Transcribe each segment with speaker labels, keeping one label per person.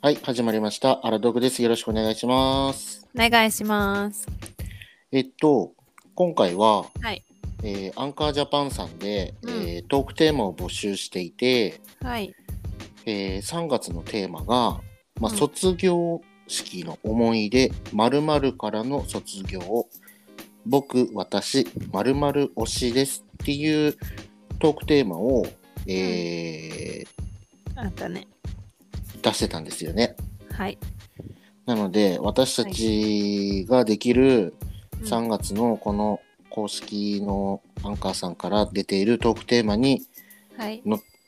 Speaker 1: はい、始まりました。アラドグです。よろしくお願いします。
Speaker 2: お願いします。
Speaker 1: えっと、今回は、
Speaker 2: はい
Speaker 1: えーアンカージャパンさんで、
Speaker 2: うん
Speaker 1: えートークテーマを募集していて、
Speaker 2: はい。
Speaker 1: えー3月のテーマが、まあ、
Speaker 2: うん
Speaker 1: 卒業式の思い出、〇〇からの卒業、僕、私、〇〇推しですっていうトークテーマを、えー
Speaker 2: あったね。
Speaker 1: 出してたんですよね。
Speaker 2: はい。
Speaker 1: なので私たちができる
Speaker 2: うん
Speaker 1: 3月のこの公式のアンカーさんから出ているトークテーマに、
Speaker 2: はい。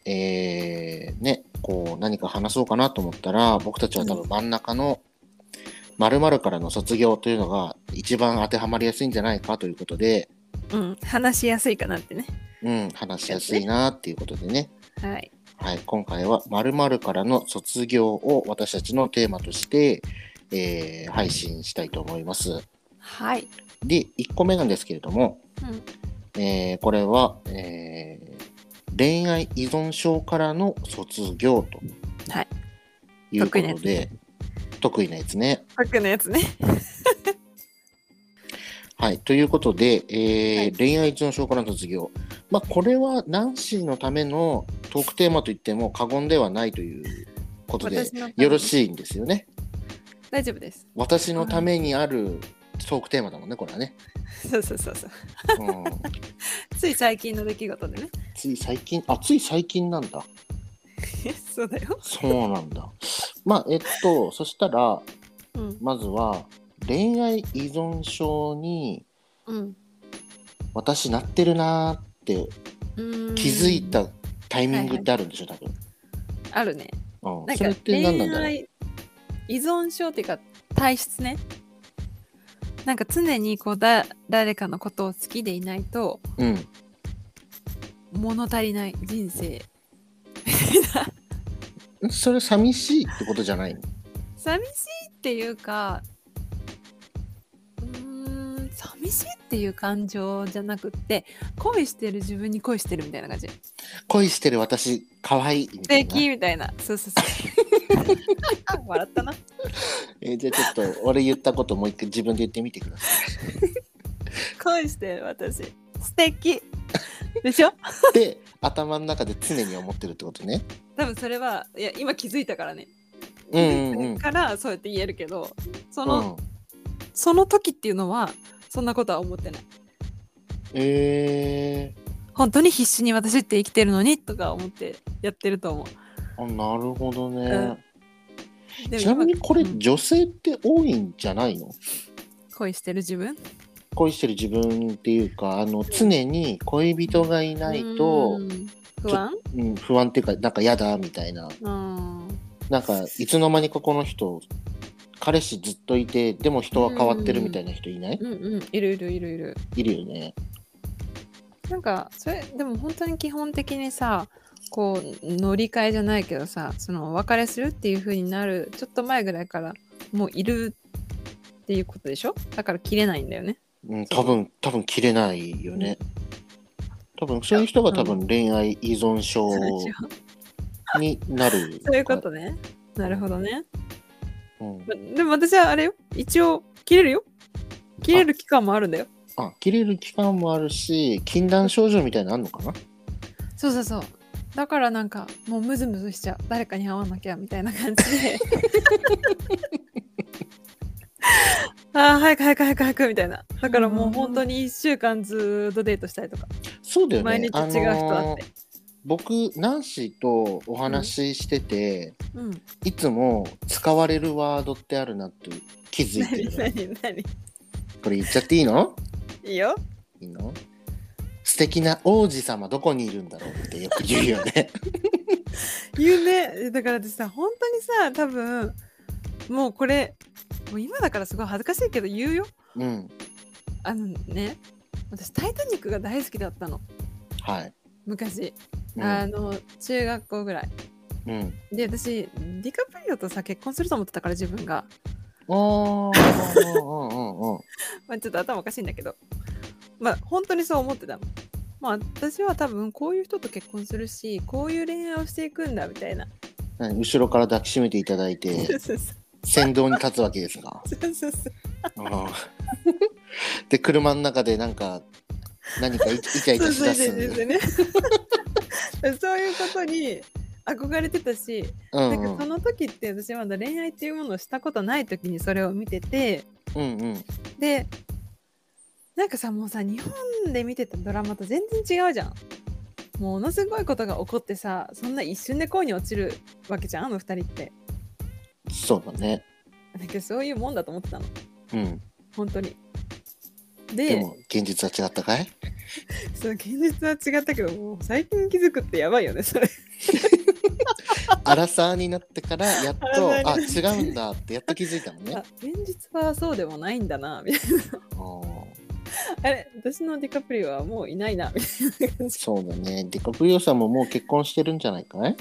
Speaker 1: えーね、こう何か話そうかなと思ったら僕たちは多分真ん中の〇〇からの卒業というのが一番当てはまりやすいんじゃないかということで、
Speaker 2: うん。話しやすいかなってね。
Speaker 1: うん、話しやすいなっていうことでね、
Speaker 2: はい。
Speaker 1: はい、今回は〇〇からの卒業を私たちのテーマとして、えー配信したいと思います。
Speaker 2: はい。
Speaker 1: で、1個目なんですけれども、
Speaker 2: うん。
Speaker 1: えーこれは、えー恋愛依存症からの卒業と。
Speaker 2: はい。
Speaker 1: いうこ
Speaker 2: 得意なや
Speaker 1: と
Speaker 2: つ
Speaker 1: で、得意なやつね。
Speaker 2: 僕のやつね。
Speaker 1: はい。ということで、えー
Speaker 2: はい
Speaker 1: 恋愛依存症からの卒業。まあ、これはナンシーのためのトークテーマといっても過言ではないということで
Speaker 2: 私、の
Speaker 1: よろ
Speaker 2: い。
Speaker 1: しいんですよね。
Speaker 2: 大丈夫です。
Speaker 1: 私のためにあるトークテーマだもんね、これは ね。
Speaker 2: そうそうそうそう。
Speaker 1: うん、
Speaker 2: つい最近の出来事でね。
Speaker 1: つい最近、あ、つい最近なんだ。
Speaker 2: そうだよ。
Speaker 1: そうなんだ。まあ、えっと、そしたら、
Speaker 2: うん。
Speaker 1: まずは、恋愛依存症に
Speaker 2: うん。
Speaker 1: 私なってるなーって
Speaker 2: うーん
Speaker 1: 気づい。たタイミングってあるんでしょ、
Speaker 2: あるね。
Speaker 1: 多分。う、
Speaker 2: なんん
Speaker 1: そ
Speaker 2: か
Speaker 1: れって
Speaker 2: 恋
Speaker 1: 何なんだろう
Speaker 2: 愛依存症っていうか体質ね。なんか常にこうだ誰かのことを好きでいないと
Speaker 1: うん。
Speaker 2: 物足りない人生
Speaker 1: それ寂しいってことじゃないの
Speaker 2: 寂しいっていうかうーん寂しいっていう感情じゃなくって恋してる自分に恋してるみたいな感じ素
Speaker 1: 恋してる私、可愛いみたいな。
Speaker 2: 敵みたいなそうそうそう 笑ったな
Speaker 1: えーじゃあちょっと、俺言ったこともう一回自分で言ってみてください。
Speaker 2: 恋してる私素敵でしょ
Speaker 1: で、頭の中で常に思ってるってことね。
Speaker 2: 多分それはいや今気づいたからね、
Speaker 1: うんうんうん。
Speaker 2: からそうやって言えるけどその、
Speaker 1: うん、
Speaker 2: その時っていうのはそんなことは思ってない
Speaker 1: え
Speaker 2: 本当に必死に私って生きてるのにとか思ってやってると思う
Speaker 1: ー、あなるほどね。
Speaker 2: うんでも
Speaker 1: ちなみにこれ
Speaker 2: うん
Speaker 1: 女性って多いんじゃないの、
Speaker 2: 恋してる自分
Speaker 1: 恋してる自分っていうかあの常に恋人がいないと
Speaker 2: う、ん不安
Speaker 1: うん不安っていうかなんか嫌だみたいな
Speaker 2: うん
Speaker 1: なんかいつの間にかこの人彼氏ずっといてでも人は変わってるみたいな人いない、
Speaker 2: うんうんいるいるいるいる
Speaker 1: いるよね。
Speaker 2: なんかそれでも本当に基本的にさこう乗り換えじゃないけどさそのお別れするっていう風になるちょっと前ぐらいからもういるっていうことでしょだから切れないんだよね
Speaker 1: うん、多分多分切れないよね。多分そういう人が多分恋愛依存症
Speaker 2: そうでしょ
Speaker 1: になる。
Speaker 2: そういうことねなるほどね
Speaker 1: うん
Speaker 2: までも私はあれよ一応切れるよ切れる期間もあるんだよ
Speaker 1: あ切れる期間もあるし禁断症状みたいなのあるのかな
Speaker 2: そうそうそうだからなんかもうムズムズしちゃう誰かに会わなきゃみたいな感じで ああ早く早く早く早くみたいなだからもう本当に1週間ずっとデートしたりとか
Speaker 1: そうだよね。
Speaker 2: 毎日違う人会って、
Speaker 1: あのー僕ナンシーとお話ししてて、
Speaker 2: うん
Speaker 1: いつも使われるワードってあるなって気づいて
Speaker 2: 何
Speaker 1: るの
Speaker 2: 何何
Speaker 1: これ言っちゃっていいの
Speaker 2: いいよ
Speaker 1: いいの素敵な王子様どこにいるんだろうってよく言うよ ね
Speaker 2: 言うねだから私さ本当にさ多分もうこれもう今だからすごい恥ずかしいけど言うよ
Speaker 1: うん
Speaker 2: あのね私「タイタニック」が大好きだったの
Speaker 1: はい
Speaker 2: 昔、
Speaker 1: うん
Speaker 2: あの中学校ぐらい
Speaker 1: うん
Speaker 2: で私ディカプリオとさ結婚すると思ってたから自分が、
Speaker 1: おーうんうんうんうん
Speaker 2: まあ、ちょっと頭おかしいんだけどまあ本当にそう思ってたのまあ私は多分こういう人と結婚するしこういう恋愛をしていくんだみたいな
Speaker 1: うん後ろから抱きしめていただいて
Speaker 2: そうそう
Speaker 1: 先導に立つわけです が、
Speaker 2: そうそうそう
Speaker 1: うんで車の中でなんか何かイイチャイチャしだす
Speaker 2: そうですね。そういうことに憧れてたし、
Speaker 1: うん
Speaker 2: なんか
Speaker 1: う
Speaker 2: そ
Speaker 1: ん
Speaker 2: の時って私まだ恋愛っていうものをしたことない時にそれを見てて、
Speaker 1: うんうん
Speaker 2: で、なんかさもうさ日本で見てたドラマと全然違うじゃん。ものすごいことが起こってさそんな一瞬で恋に落ちるわけじゃんあの二人って
Speaker 1: そうだね
Speaker 2: なんかそういうもんだと思ってたの
Speaker 1: うん
Speaker 2: 本当に
Speaker 1: で
Speaker 2: で
Speaker 1: も現実は違ったかい
Speaker 2: その現実は違ったけどもう最近気づくってやばいよねそれ
Speaker 1: アラサーになってからやっ と
Speaker 2: アラ
Speaker 1: あ
Speaker 2: サー
Speaker 1: 違うんだってやっと気づいたのね
Speaker 2: あ現実はそうでもないんだなみたい
Speaker 1: うん
Speaker 2: なあれ私のディカプリオはもういないなみたいな感じ
Speaker 1: そうだねディカプリオさんももう結婚してるんじゃないかい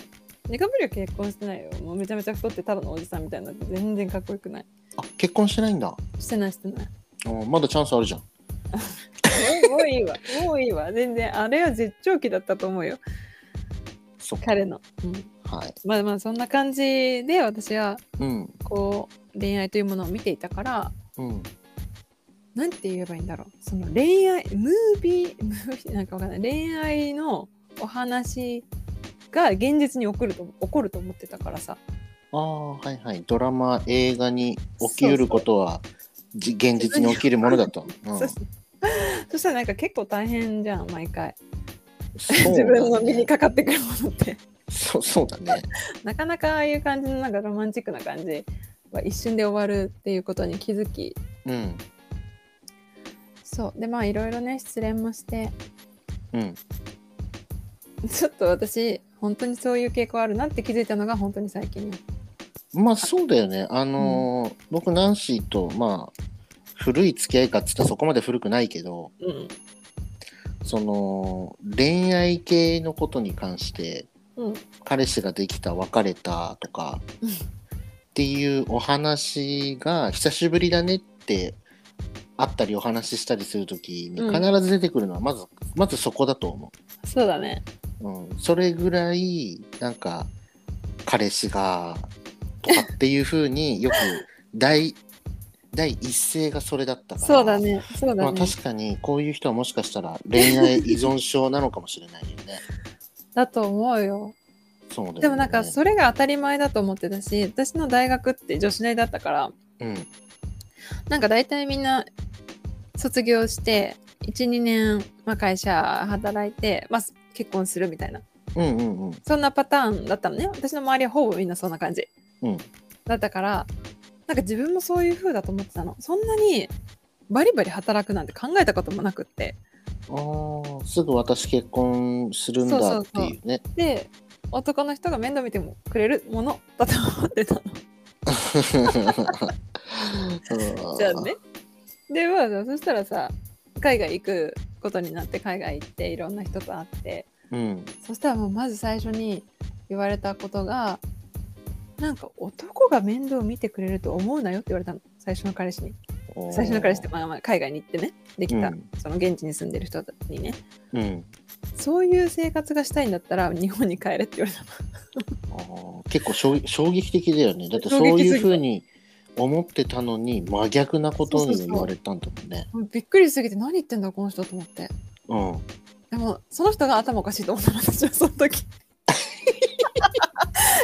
Speaker 2: ディカプリオ結婚してないよもうめちゃめちゃ太ってただのおじさんみたいな全然かっこよくない
Speaker 1: あ結婚してないんだ
Speaker 2: してないしてない
Speaker 1: うんまだチャンスあるじゃん
Speaker 2: もうもういいわもういいわ全然あれは絶頂期だったと思うよ
Speaker 1: そっか
Speaker 2: 彼の、うん、
Speaker 1: はい
Speaker 2: まあまあそんな感じで私は
Speaker 1: うん
Speaker 2: こう恋愛というものを見ていたから
Speaker 1: うん
Speaker 2: なんて言えばいいんだろうその恋愛ムービームービーなんかわかんない恋愛のお話が現実に起こると起こると思ってたからさ
Speaker 1: ああはいはいドラマ映画に起きうることはじ現実に起きるものだと、うん、
Speaker 2: そ そしたらなんか結構大変じゃん毎回、
Speaker 1: そう
Speaker 2: 自分の身に
Speaker 1: ね
Speaker 2: かかってくるものって
Speaker 1: そうそうだね
Speaker 2: なかなかああいう感じのなんかロマンチックな感じは一瞬で終わるっていうことに気づき
Speaker 1: うん
Speaker 2: そうでまあいろいろね失恋も して
Speaker 1: うん
Speaker 2: ちょっと私本当にそういう傾向あるなって気づいたのが本当に最近よ
Speaker 1: まあそうだよねあのー僕ナンシーとまあ古い付き合いかっつったらそこまで古くないけど
Speaker 2: うん
Speaker 1: その恋愛系のことに関して
Speaker 2: うん
Speaker 1: 彼氏ができた別れたとか
Speaker 2: うん
Speaker 1: っていうお話が久しぶりだねってあったりお話ししたりする時に
Speaker 2: うん
Speaker 1: 必ず出てくるのはまず、まずそこだと思
Speaker 2: そうだね
Speaker 1: う、うん、それぐらいなんか彼氏がとかっていう風 によく第第一声がそれだったから
Speaker 2: そうだね、そう
Speaker 1: ま
Speaker 2: だ
Speaker 1: あ、
Speaker 2: ね。
Speaker 1: 確かにこういう人はもしかしたら恋愛依存症なのかもしれないよね。
Speaker 2: だと思うよ。
Speaker 1: そうだよね
Speaker 2: でもなんかそれが当たり前だと思ってたし、私の大学って女子大だったから、
Speaker 1: うん
Speaker 2: なんか大体みんな卒業して、1、2年、まあ、会社働いて、まあ、結婚するみたいな、
Speaker 1: うんうんうん
Speaker 2: そんなパターンだったのね。私の周りはほぼみんなそんな感じ。
Speaker 1: うん
Speaker 2: だったから、なんか自分もそういう風だと思ってたの。そんなにバリバリ働くなんて考えたこともなくって。
Speaker 1: ああすぐ私結婚するんだっていう ね
Speaker 2: で、男の人が面倒見てもくれるものだと思ってたの。
Speaker 1: うん
Speaker 2: じゃあね。でまあそしたらさ海外行くことになって海外行っていろんな人と会って
Speaker 1: うん
Speaker 2: そしたらもうまず最初に言われたことがなんか男が面倒見てくれると思うなよって言われたの最初の彼氏に最初の彼氏って、まあ、まあ海外に行ってねできた、
Speaker 1: うん
Speaker 2: その現地に住んでる人にね
Speaker 1: うん
Speaker 2: そういう生活がしたいんだったら日本に帰れって言われたの
Speaker 1: あー結構衝撃衝撃的だよねだって
Speaker 2: 衝
Speaker 1: そ
Speaker 2: 撃
Speaker 1: う
Speaker 2: すぎた
Speaker 1: いうふうに思ってたのに真逆なことに言われたんだもんね
Speaker 2: もう びっくりしすぎて何言ってんだこの人と思って
Speaker 1: うん
Speaker 2: でもその人が頭おかしいと思ったの私はその 時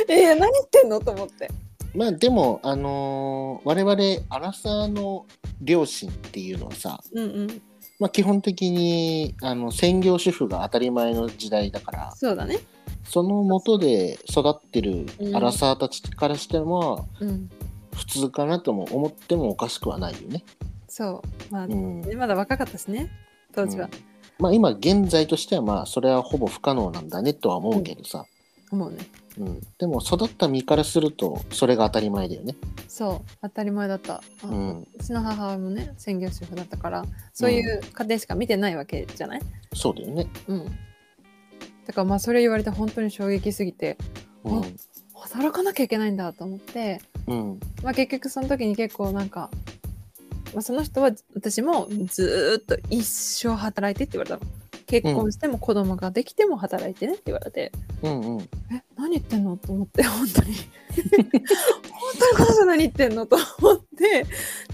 Speaker 2: えや何言ってんのと思って
Speaker 1: まあでもあのー我々アラサーの両親っていうのはさ、
Speaker 2: うんうん
Speaker 1: まあ、基本的にあの専業主婦が当たり前の時代だから
Speaker 2: そうだね
Speaker 1: その元で育ってるアラサーたちからしても、
Speaker 2: うん
Speaker 1: 普通かなとも思ってもおかしくはないよね。
Speaker 2: そうまあ、
Speaker 1: うん
Speaker 2: ねまだ若かったしね当時
Speaker 1: う
Speaker 2: は
Speaker 1: ん、まあ今現在としてはまあそれはほぼ不可能なんだねとは思うけどさ、
Speaker 2: 思うね
Speaker 1: うんでも育った身からするとそれが当たり前だよね。
Speaker 2: そう当たり前だった、あ
Speaker 1: うん、
Speaker 2: うちの母親もね専業主婦だったからそういう家庭しか見てないわけじゃない
Speaker 1: そうだよね。
Speaker 2: うん、だからまあそれ言われて本当に衝撃すぎて
Speaker 1: うん
Speaker 2: 働かなきゃいけないんだと思って、
Speaker 1: うん
Speaker 2: まあ、結局その時に結構なんか、まあ、その人は私もずーっと一生働いてって言われたの結婚しても子供ができても働いてねって言われて、
Speaker 1: うんうん
Speaker 2: え何何言ってんのと思って本当に本当にこの人何言ってんのと思って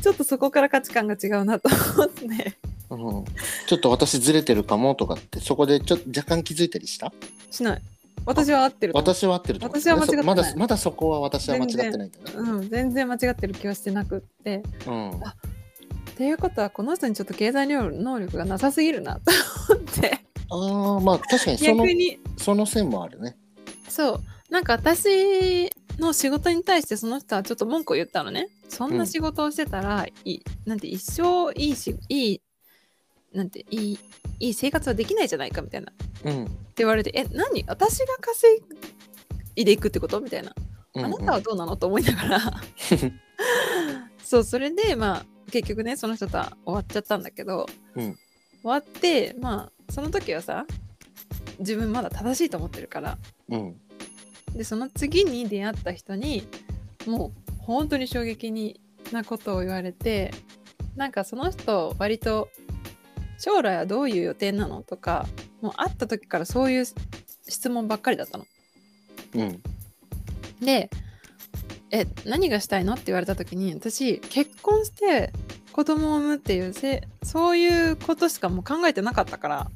Speaker 2: ちょっとそこから価値観が違うなと思って
Speaker 1: うん、ちょっと私ずれてるかもとかってそこでちょっと若干気づいたりした
Speaker 2: しない私は合ってると思う
Speaker 1: 私は合ってると思う
Speaker 2: 私は間違ってない
Speaker 1: まだまだそこは私は間違ってないんだね
Speaker 2: うん、全然間違ってる気はしてなくって
Speaker 1: うん
Speaker 2: あっていうことはこの人にちょっと経済能力がなさすぎるなと思って
Speaker 1: ああまあ確かにその
Speaker 2: 逆に
Speaker 1: その線もあるね
Speaker 2: そうなんか私の仕事に対してその人はちょっと文句を言ったのねそんな仕事をしてたら、いいなんて一生いいしいいなんていいいい生活はできないじゃないかみたいなって
Speaker 1: うん
Speaker 2: 言われてえ何私が稼いでいくってことみたいな
Speaker 1: うん
Speaker 2: あなたはどうなのと思いながらそうそれでまあ結局ねその人とは終わっちゃったんだけど、
Speaker 1: うん
Speaker 2: 終わってまあその時はさ自分まだ正しいと思ってるから
Speaker 1: うん
Speaker 2: でその次に出会った人にもう本当に衝撃なことを言われてなんかその人割と将来はどういう予定なのとかもう会った時からそういう質問ばっかりだったの。
Speaker 1: うん
Speaker 2: で「え何がしたいの?」って言われた時に私結婚して子供を産むっていうせそういうことしかもう考えてなかったから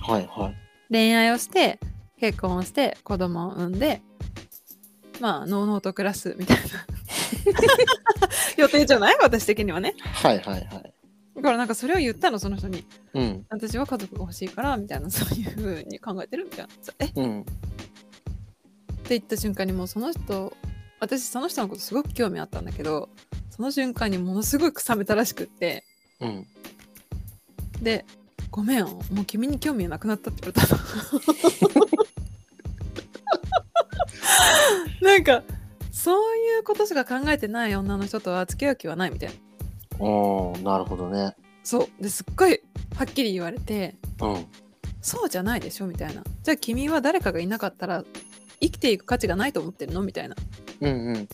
Speaker 1: はいはい
Speaker 2: 恋愛をして結婚をして子供を産んでまあのうのうと暮らすみたいな予定じゃない私的にはね
Speaker 1: はいはいはい
Speaker 2: だからなんかそれを言ったのその人に
Speaker 1: うん
Speaker 2: 私は家族が欲しいからみたいなそういう風に考えてるみたいなえっ
Speaker 1: うん
Speaker 2: て言った瞬間にもうその人私その人のことすごく興味あったんだけどその瞬間にものすごい冷めたらしくって
Speaker 1: うん
Speaker 2: で「ごめんもう君に興味がなくなった」って言われたのなんかそういうことしか考えてない女の人とは付き合う気はないみたいな
Speaker 1: おーなるほどね
Speaker 2: そうですっごいはっきり言われて
Speaker 1: うん
Speaker 2: 「そうじゃないでしょ」みたいな「じゃあ君は誰かがいなかったら生きていく価値がないと思ってるの?」みたいな
Speaker 1: うんうん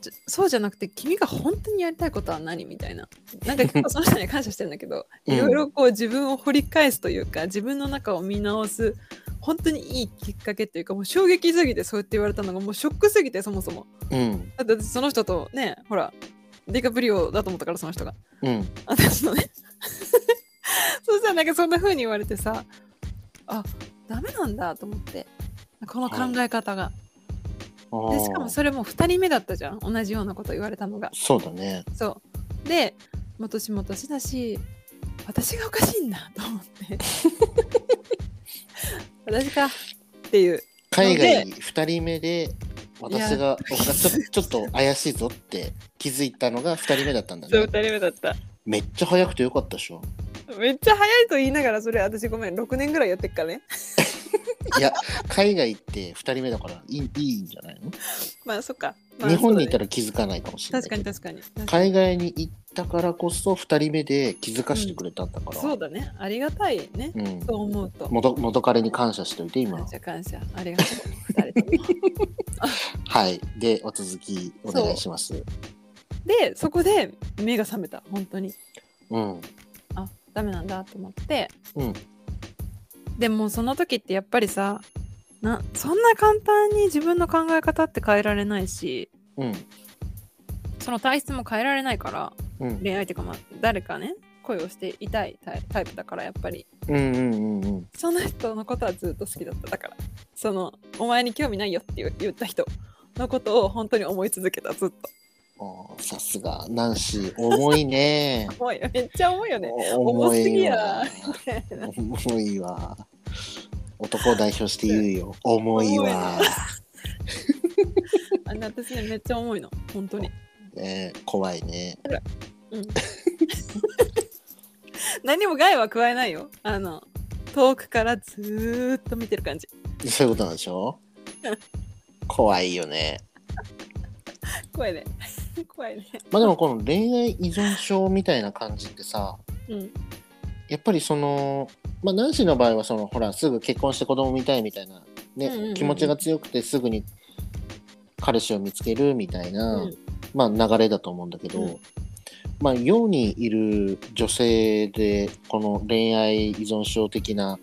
Speaker 2: じゃそうじゃなくて君が本当にやりたいことは何みたいななんか 結構その人に感謝してるんだけど
Speaker 1: うん
Speaker 2: いろいろこう自分を掘り返すというか自分の中を見直す本当にいいきっかけっていうかもう衝撃すぎてそうやって言われたのがもうショックすぎてそもそも
Speaker 1: うん
Speaker 2: だって私その人とねほらディカプリオだと思ったからその人が
Speaker 1: うん
Speaker 2: 私のね そしたらなんかそんな風に言われてさあダメなんだと思ってこの考え方
Speaker 1: あ
Speaker 2: が、でしかも
Speaker 1: ー
Speaker 2: それも2人目だったじゃん同じようなこと言われたのが
Speaker 1: そうだね
Speaker 2: そうでもう年も年だし私がおかしいんだと思って 私かっていう
Speaker 1: 海外2人目で私が僕がちょちょっと怪しいぞって気づいたのが2人目だったんだね
Speaker 2: 人目だった
Speaker 1: めっちゃ早くてよかったでしょ
Speaker 2: めっちゃ早いと言いながらそれ私ごめん6年ぐらいやってっからね
Speaker 1: いや海外って2人目だからいいいいんじゃないの、
Speaker 2: まあそっか、
Speaker 1: 日本にいた
Speaker 2: ら
Speaker 1: ら気づかないかもしれないけ
Speaker 2: 確か
Speaker 1: ど
Speaker 2: に確かに
Speaker 1: 海外に行ったからこそ2人目で気づかしてくれたんだから、
Speaker 2: そうだねありがたいね、
Speaker 1: うん
Speaker 2: そう思うと
Speaker 1: 元元彼に感謝しておいて今
Speaker 2: 感謝感謝ありがとう二人と も
Speaker 1: はいでお続きお願いしますう
Speaker 2: でそこで目が覚めた本当に
Speaker 1: ん
Speaker 2: あダメなんだと思って、
Speaker 1: うん
Speaker 2: でもその時ってやっぱりさなそんな簡単に自分の考え方って変えられないし
Speaker 1: うん
Speaker 2: その体質も変えられないから
Speaker 1: うん
Speaker 2: 恋愛っていうか、まあ、誰かね恋をしていたいタイタイプだからやっぱり
Speaker 1: うんうんうんうん
Speaker 2: その人のことはずっと好きだっただからそのお前に興味ないよって言う言った人のことを本当に思い続けたずっと
Speaker 1: あーさすがナンシー重いね
Speaker 2: 重いよめっちゃ重いよね重
Speaker 1: 重
Speaker 2: すぎ
Speaker 1: い
Speaker 2: や
Speaker 1: わ重いわ男を代表して言うよ重いわ
Speaker 2: 重 あれ私ねめっちゃ重いの本当に
Speaker 1: ね怖いね
Speaker 2: 何も害は加えないよあの遠くからずーっと見てる感じ
Speaker 1: そういうことなんでしょ怖いよね。
Speaker 2: 怖いね 怖いね
Speaker 1: まあでもこの恋愛依存症みたいな感じってさ、
Speaker 2: うん
Speaker 1: やっぱりその、まあ、ナンシーの場合はその、ほら、すぐ結婚して子供産みたいみたいな、ね、
Speaker 2: うんうんうん
Speaker 1: 気持ちが強くてすぐに彼氏を見つけるみたいな、
Speaker 2: うん
Speaker 1: まあ流れだと思うんだけど、
Speaker 2: うん
Speaker 1: まあ世にいる女性で、この恋愛依存症的な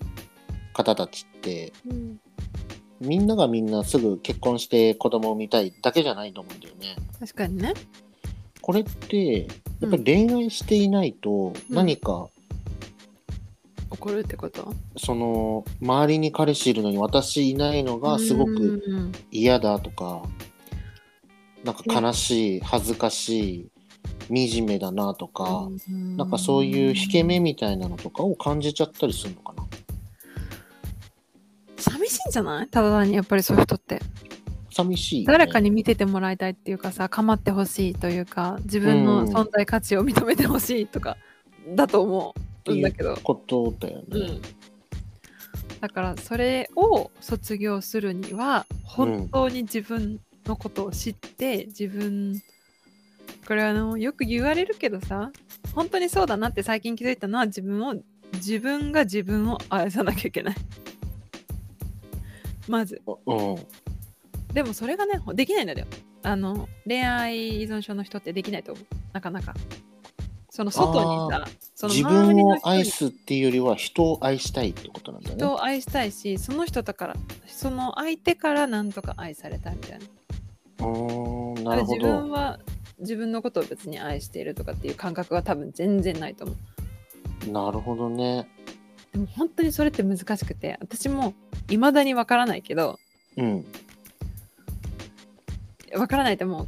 Speaker 1: 方たちって、
Speaker 2: うん
Speaker 1: みんながみんなすぐ結婚して子供を産みたいだけじゃないと思うんだよね。
Speaker 2: 確かにね。
Speaker 1: これってやっぱり恋愛していないと
Speaker 2: うん
Speaker 1: 何か、
Speaker 2: 怒るってこと
Speaker 1: その周りに彼氏いるのに私いないのがすごく
Speaker 2: うん
Speaker 1: 嫌だとか、なんか悲しい恥ずかしい惨めだなとか、なんかそういう引け目みたいなのとかを感じちゃったりするのかな。
Speaker 2: 寂しいんじゃないただ単にやっぱりそういう人って
Speaker 1: 寂しい、ね。
Speaker 2: 誰かに見ててもらいたいっていうかさ構ってほしいというか自分の存在価値を認めてほしいとかだと思うんだけど、
Speaker 1: ことだよね。
Speaker 2: うん、だからそれを卒業するには本当に自分のことを知って自分これはあのよく言われるけどさ本当にそうだなって最近気づいたのは自分を自分が自分を愛さなきゃいけない。 まず
Speaker 1: うん。
Speaker 2: でもそれがねできないんだよあの恋愛依存症の人ってできないと思うなかなかその外にさその
Speaker 1: 自
Speaker 2: 周り
Speaker 1: 分
Speaker 2: の
Speaker 1: を
Speaker 2: 人に
Speaker 1: 愛すっていうよりは人を愛したいってことなんだ
Speaker 2: 人
Speaker 1: ね。
Speaker 2: を愛したいしその人だからその相手からなんとか愛されたいみたいな
Speaker 1: うーん、なるほ
Speaker 2: 自分
Speaker 1: ど。
Speaker 2: は自分のことを別に愛しているとかっていう感覚は多分全然ないと思う
Speaker 1: なるほどね。
Speaker 2: でも本当にそれって難しくて私も未だにわからないけど
Speaker 1: うん。
Speaker 2: わからないってもう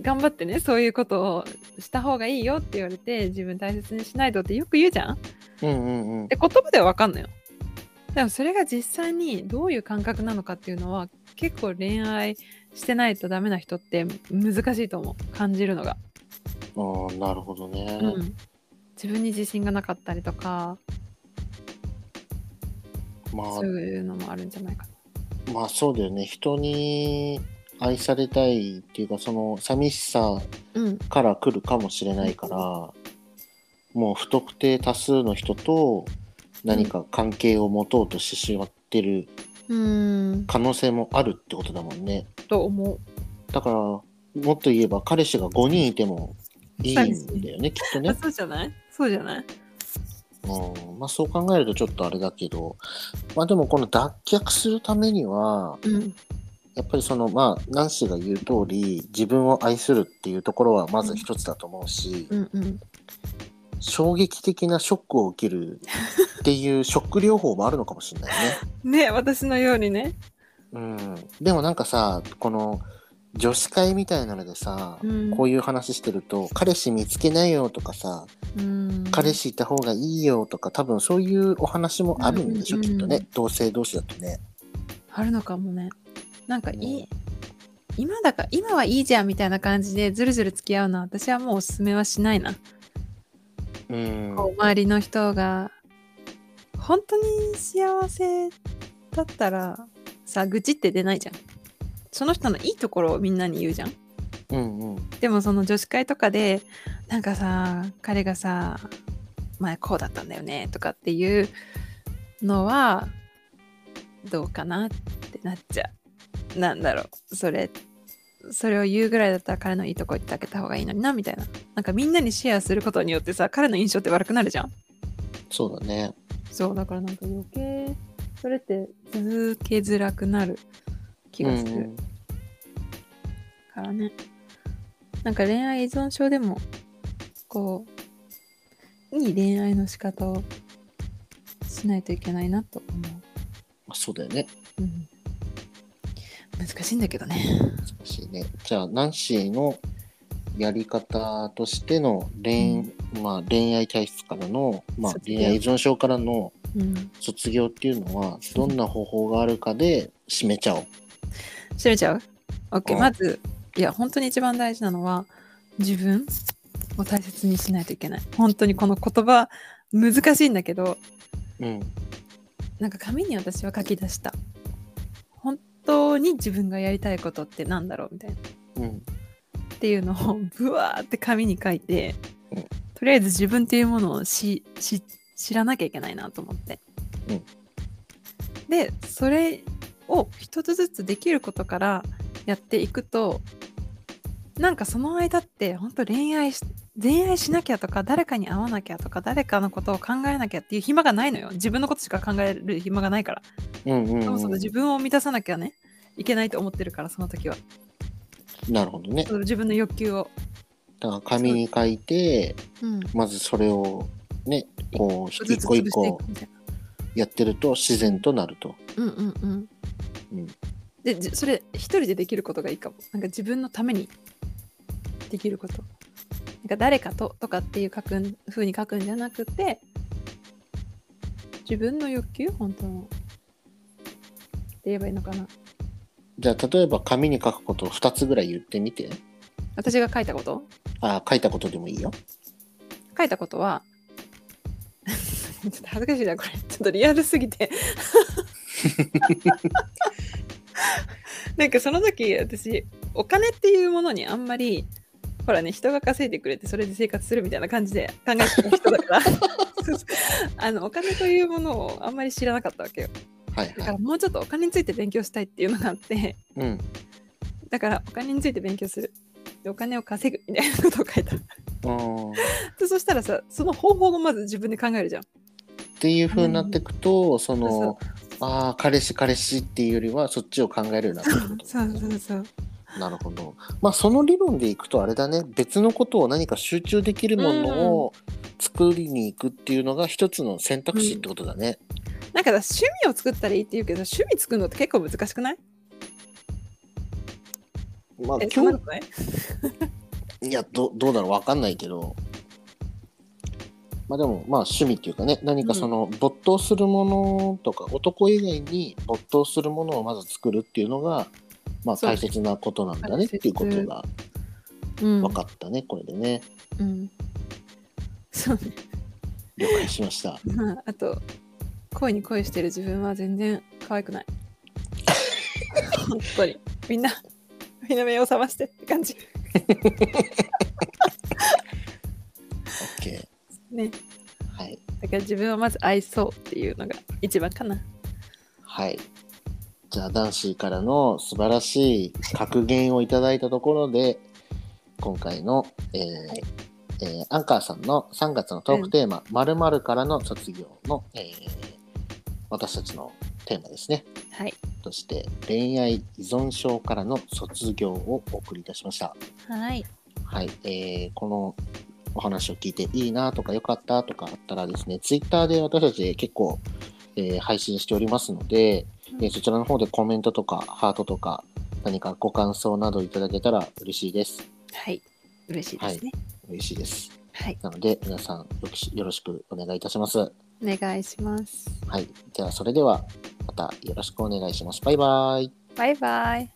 Speaker 2: 頑張ってねそういうことをした方がいいよって言われて自分大切にしないとってよく言うじゃん
Speaker 1: うんうんうん
Speaker 2: で。言葉では分かんのよでもそれが実際にどういう感覚なのかっていうのは結構恋愛してないとダメな人って難しいと思う感じるの
Speaker 1: あ
Speaker 2: が、
Speaker 1: ーなるほどね。
Speaker 2: うん自分に自信がなかったりとか
Speaker 1: ま
Speaker 2: そういうのもあるんじゃないかな
Speaker 1: あ、まあそうだよね。人に愛されたいっていうか、その寂しさ
Speaker 2: うん
Speaker 1: から来るかもしれないから、もう不特定多数の人と何か関係を持とうとしてしまってる
Speaker 2: うん
Speaker 1: 可能性もあるってことだもんね。
Speaker 2: と思う
Speaker 1: だから、もっと言えば彼氏が5人いてもいいんだよね、きっと
Speaker 2: あ
Speaker 1: ね。
Speaker 2: そうじゃないそうじゃない
Speaker 1: うん、まあそう考えるとちょっとあれだけど、まあでもこの脱却するためには、
Speaker 2: うん
Speaker 1: やっぱりそのまあ、ナンシーが言う通り、自分を愛するっていうところはまず一つだと思うし、
Speaker 2: うんうん
Speaker 1: 衝撃的なショックを受けるっていうショック療法もあるのかもしれないね。
Speaker 2: ね私のようにね
Speaker 1: うん、でもなんかさこの女子会みたいなのでさ、
Speaker 2: うん
Speaker 1: こういう話してると彼氏見つけないよとかさ
Speaker 2: うん
Speaker 1: 彼氏いた方がいいよとか多分そういうお話もあるんでしょ、
Speaker 2: うん
Speaker 1: きっと
Speaker 2: う
Speaker 1: ね
Speaker 2: ん
Speaker 1: 同性同士だとね。
Speaker 2: あるのかもねなんかいい、
Speaker 1: ね
Speaker 2: 今だから今はいいじゃんみたいな感じでずるずる付き合うのは私はもうおすすめはしないな、
Speaker 1: うん
Speaker 2: こう周りの人が本当に幸せだったらさ愚痴って出ないじゃんその人のいいところをみんなに言うじゃん
Speaker 1: うんうん
Speaker 2: でもその女子会とかでなんかさ彼がさ前こうだったんだよねとかっていうのはどうかなってなっちゃうなんだろうそれそれを言うぐらいだったら彼のいいとこ言ってあげた方がいいのになみたいななんかみんなにシェアすることによってさ彼の印象って悪くなるじゃん
Speaker 1: そうだね。
Speaker 2: そうだからなんか余計それって続けづらくなる気がする、
Speaker 1: うん
Speaker 2: からねなんか恋愛依存症でもこういい恋愛の仕方をしないといけないなと思
Speaker 1: まあそうだよね。
Speaker 2: う、うん、難しいんだけどね
Speaker 1: 難しいね。じゃあナンシーのやり方としての恋,、まあ、恋愛体質からの、まあ、
Speaker 2: 卒業
Speaker 1: 恋愛依存症からの
Speaker 2: うん
Speaker 1: 卒業っていうのはどんな方法があるかで締めちゃおう。
Speaker 2: 調べちゃう ?OK、
Speaker 1: うん
Speaker 2: まずいや本当に一番大事なのは自分を大切にしないといけない本当にこの言葉難しいんだけど
Speaker 1: うん、
Speaker 2: なんか紙に私は書き出した本当に自分がやりたいことってなんだろうみたいな
Speaker 1: うん、
Speaker 2: っていうのをぶわーって紙に書いて、
Speaker 1: うん
Speaker 2: とりあえず自分っていうものをしし知らなきゃいけないなと思って、
Speaker 1: うん
Speaker 2: でそれを一つずつできることからやっていくとなんかその間って本当恋愛し恋愛しなきゃとか誰かに会わなきゃとか誰かのことを考えなきゃっていう暇がないのよ自分のことしか考える暇がないから
Speaker 1: うんうんうん
Speaker 2: そもそも自分を満たさなきゃねいけないと思ってるからその時は
Speaker 1: なるほどね
Speaker 2: その自分の欲求を、
Speaker 1: だから紙に書いて
Speaker 2: うん、
Speaker 1: まずそれをねこう
Speaker 2: ちょっとず
Speaker 1: 一
Speaker 2: つ
Speaker 1: 個一
Speaker 2: 潰してい
Speaker 1: 個
Speaker 2: くみたいな
Speaker 1: やってると自然となると
Speaker 2: うんうんうん
Speaker 1: うん
Speaker 2: でじそれ一人でできることがいいかもなんか自分のためにできることなんか誰かととかっていう書くん風に書くんじゃなくて自分の欲求本当のって言えばいいのかな
Speaker 1: じゃあ例えば紙に書くことを2つぐらい言ってみて
Speaker 2: 私が書いたこと
Speaker 1: あ書いたことでもいいよ
Speaker 2: 書いたことは ちょっと恥ずかしいなこれちょっとリアルす ぎてなんかその時私お金っていうものにあんまりほらね人が稼いでくれてそれで生活するみたいな感じで考えてた人だから あのお金というものをあんまり知らなかったわけよ
Speaker 1: はい
Speaker 2: だ
Speaker 1: は
Speaker 2: か
Speaker 1: い
Speaker 2: らもうちょっとお金について勉強したいっていうのがあって
Speaker 1: うん
Speaker 2: だからお金について勉強するでお金を稼ぐみたいなことを書いた
Speaker 1: あー
Speaker 2: でそしたらさその方法をまず自分で考えるじゃん
Speaker 1: っていう風になっていくと、そ
Speaker 2: そう
Speaker 1: のああ彼氏彼氏っていうよりはそっちを考えるようになってくると
Speaker 2: そうそうそう。
Speaker 1: なるほどまあその理論でいくとあれだね別のことを何か集中できるものを作りに行くっていうのが一つの選択肢ってことだね、
Speaker 2: なんかさ趣味を作ったらいいって言うけど趣味作るのって結構難しくない？
Speaker 1: まあ
Speaker 2: えそんな
Speaker 1: 今
Speaker 2: ことない？
Speaker 1: 日いやどどうだろうわかんないけどまあでもまあ趣味っていうかね何かその没頭するものとか、男以外に没頭するものをまず作るっていうのがまあ
Speaker 2: そう
Speaker 1: 大切なことなんだねっていうことが
Speaker 2: うん
Speaker 1: 分かったね、これでね
Speaker 2: うん。 そうね。
Speaker 1: 了解しました
Speaker 2: まああと恋に恋してる自分は全然可愛くない。 本当にみんな みんな目を覚ましてって感じ
Speaker 1: OK
Speaker 2: ね。
Speaker 1: はい
Speaker 2: だから自分をまず愛そうっていうのが一番かな。
Speaker 1: はいじゃあ男子からの素晴らしい格言をいただいたところで今回の、えーえーアンカーさんの3月のトークテーマ「まるまるからの卒業の」えー私たちのテーマですね
Speaker 2: はい
Speaker 1: として恋愛依存症からの卒業をお送りいたしました。
Speaker 2: はい
Speaker 1: はい、えーこのお話を聞いていいなとか良かったとかあったらですね、ツイッターで私たち結構、えー配信しておりますので、
Speaker 2: うん
Speaker 1: えーそちらの方でコメントとかハートとか何かご感想などいただけたら嬉しいです。
Speaker 2: はい嬉しいですね。
Speaker 1: 嬉しいです。
Speaker 2: はい、
Speaker 1: なので皆さんよろしよろしくお願いいたします。は
Speaker 2: お願いします。
Speaker 1: い、ではそれではまたよろしくお願いします。バイバイ。
Speaker 2: バイバイ。